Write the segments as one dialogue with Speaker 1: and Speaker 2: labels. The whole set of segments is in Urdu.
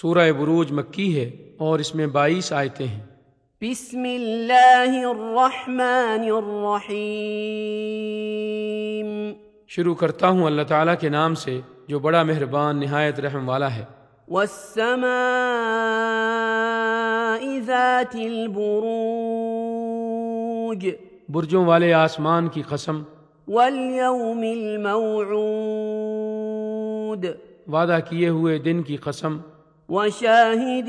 Speaker 1: سورہ بروج مکی ہے اور اس میں بائیس آیتیں ہیں
Speaker 2: بسم الله الرحمن الرحيم
Speaker 1: شروع کرتا ہوں اللہ تعالیٰ کے نام سے جو بڑا مہربان نہایت رحم والا ہے
Speaker 2: والسماء ذات البروج
Speaker 1: برجوں والے آسمان کی قسم
Speaker 2: واليوم الموعود
Speaker 1: وعدہ کیے ہوئے دن کی قسم
Speaker 2: وشاهد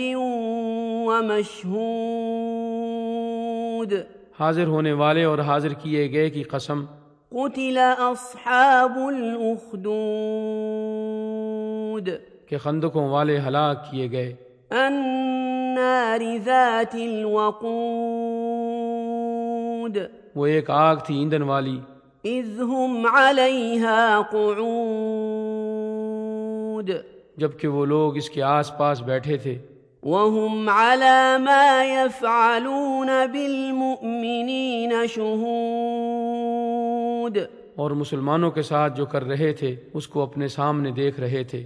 Speaker 2: ومشهود
Speaker 1: حاضر ہونے والے اور حاضر کیے گئے کی قسم
Speaker 2: قتل أصحاب الأخدود
Speaker 1: کہ خندقوں والے ہلاک کیے گئے
Speaker 2: النار ذات الوقود
Speaker 1: وہ ایک آگ تھی ایندھن والی
Speaker 2: إذ هم عليها قعود
Speaker 1: جبکہ وہ لوگ اس کے آس پاس بیٹھے تھے
Speaker 2: وهم على ما يفعلون بالمؤمنين شهود
Speaker 1: اور مسلمانوں کے ساتھ جو کر رہے تھے اس کو اپنے سامنے دیکھ رہے تھے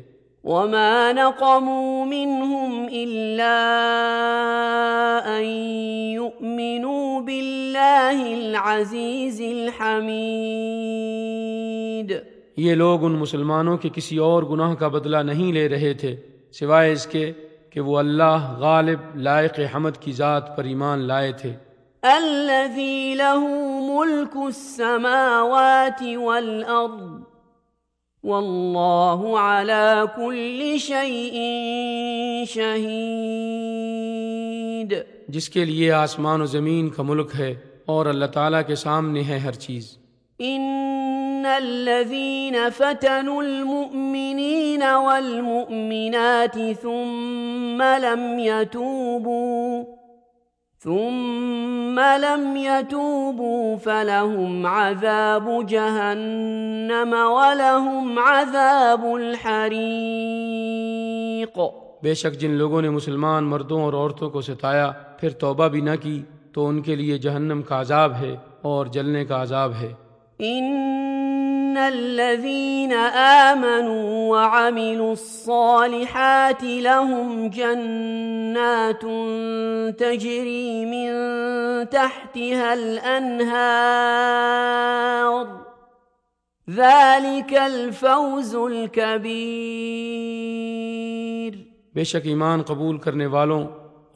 Speaker 2: وما نقموا منهم إلا أن يؤمنوا بالله العزيز الحميد
Speaker 1: یہ لوگ ان مسلمانوں کے کسی اور گناہ کا بدلہ نہیں لے رہے تھے سوائے اس کے کہ وہ اللہ غالب لائق حمد کی ذات پر ایمان لائے تھے
Speaker 2: الذي له ملك السماوات والأرض والله على كل شيء شهيد
Speaker 1: جس کے لیے آسمان و زمین کا ملک ہے اور اللہ تعالیٰ کے سامنے ہے ہر چیز
Speaker 2: إن الذين فتنوا المؤمنين والمؤمنات ثم لم يتوبوا ثم لم يتوبوا فلهم عذاب جهنم ولهم عذاب الحريق
Speaker 1: بے شک جن لوگوں نے مسلمان مردوں اور عورتوں کو ستایا پھر توبہ بھی نہ کی تو ان کے لیے جہنم کا عذاب ہے اور جلنے کا عذاب ہے
Speaker 2: إن الذين آمنوا وعملوا الصالحات لهم جنات تجري من تحتها الأنهار ذلك الفوز الكبير
Speaker 1: بے شک ایمان قبول کرنے والوں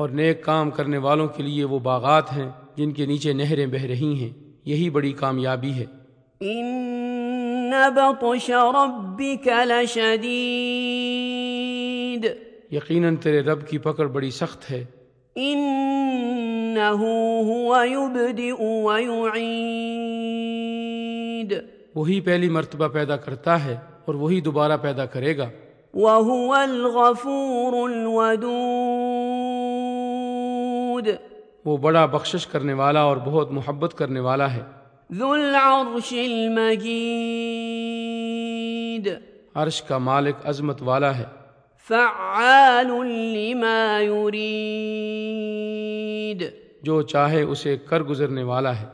Speaker 1: اور نیک کام کرنے والوں کے لیے وہ باغات ہیں جن کے نیچے نہریں بہہ رہی ہیں یہی بڑی کامیابی ہے
Speaker 2: إن بطش ربك لشديد
Speaker 1: یقیناً تیرے رب کی پکڑ بڑی سخت ہے
Speaker 2: إنه هو يبدئ ويعيد
Speaker 1: وہی پہلی مرتبہ پیدا کرتا ہے اور وہی دوبارہ پیدا کرے گا
Speaker 2: وهو الغفور الودود
Speaker 1: وہ بڑا بخشش کرنے والا اور بہت محبت کرنے والا ہے
Speaker 2: ذو العرش المجيد
Speaker 1: عرش کا مالک عظمت والا ہے
Speaker 2: فعال لما يريد
Speaker 1: جو چاہے اسے کر گزرنے والا ہے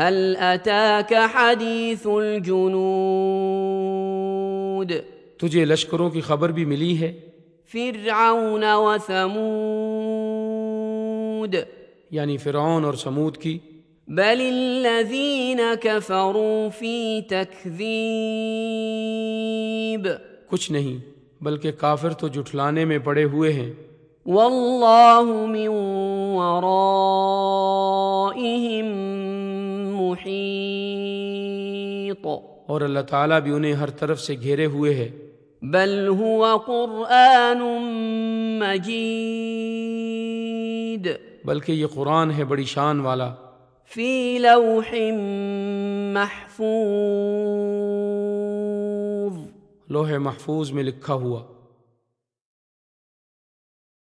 Speaker 2: هل أتاك حديث الجنود
Speaker 1: تجھے لشکروں کی خبر بھی ملی ہے
Speaker 2: فرعون وثمود
Speaker 1: یعنی فرعون اور سمود کی
Speaker 2: بل الذين كفروا في تكذيب
Speaker 1: کچھ نہیں بلکہ کافر تو جٹھلانے میں پڑے ہوئے ہیں
Speaker 2: والله من ورائهم محيط
Speaker 1: اور اللہ تعالیٰ بھی انہیں ہر طرف سے گھیرے ہوئے ہے
Speaker 2: بل هو قرآن مجيد
Speaker 1: بلکہ یہ قرآن ہے بڑی شان والا
Speaker 2: في لوح محفوظ
Speaker 1: لوح محفوظ میں لکھا ہوا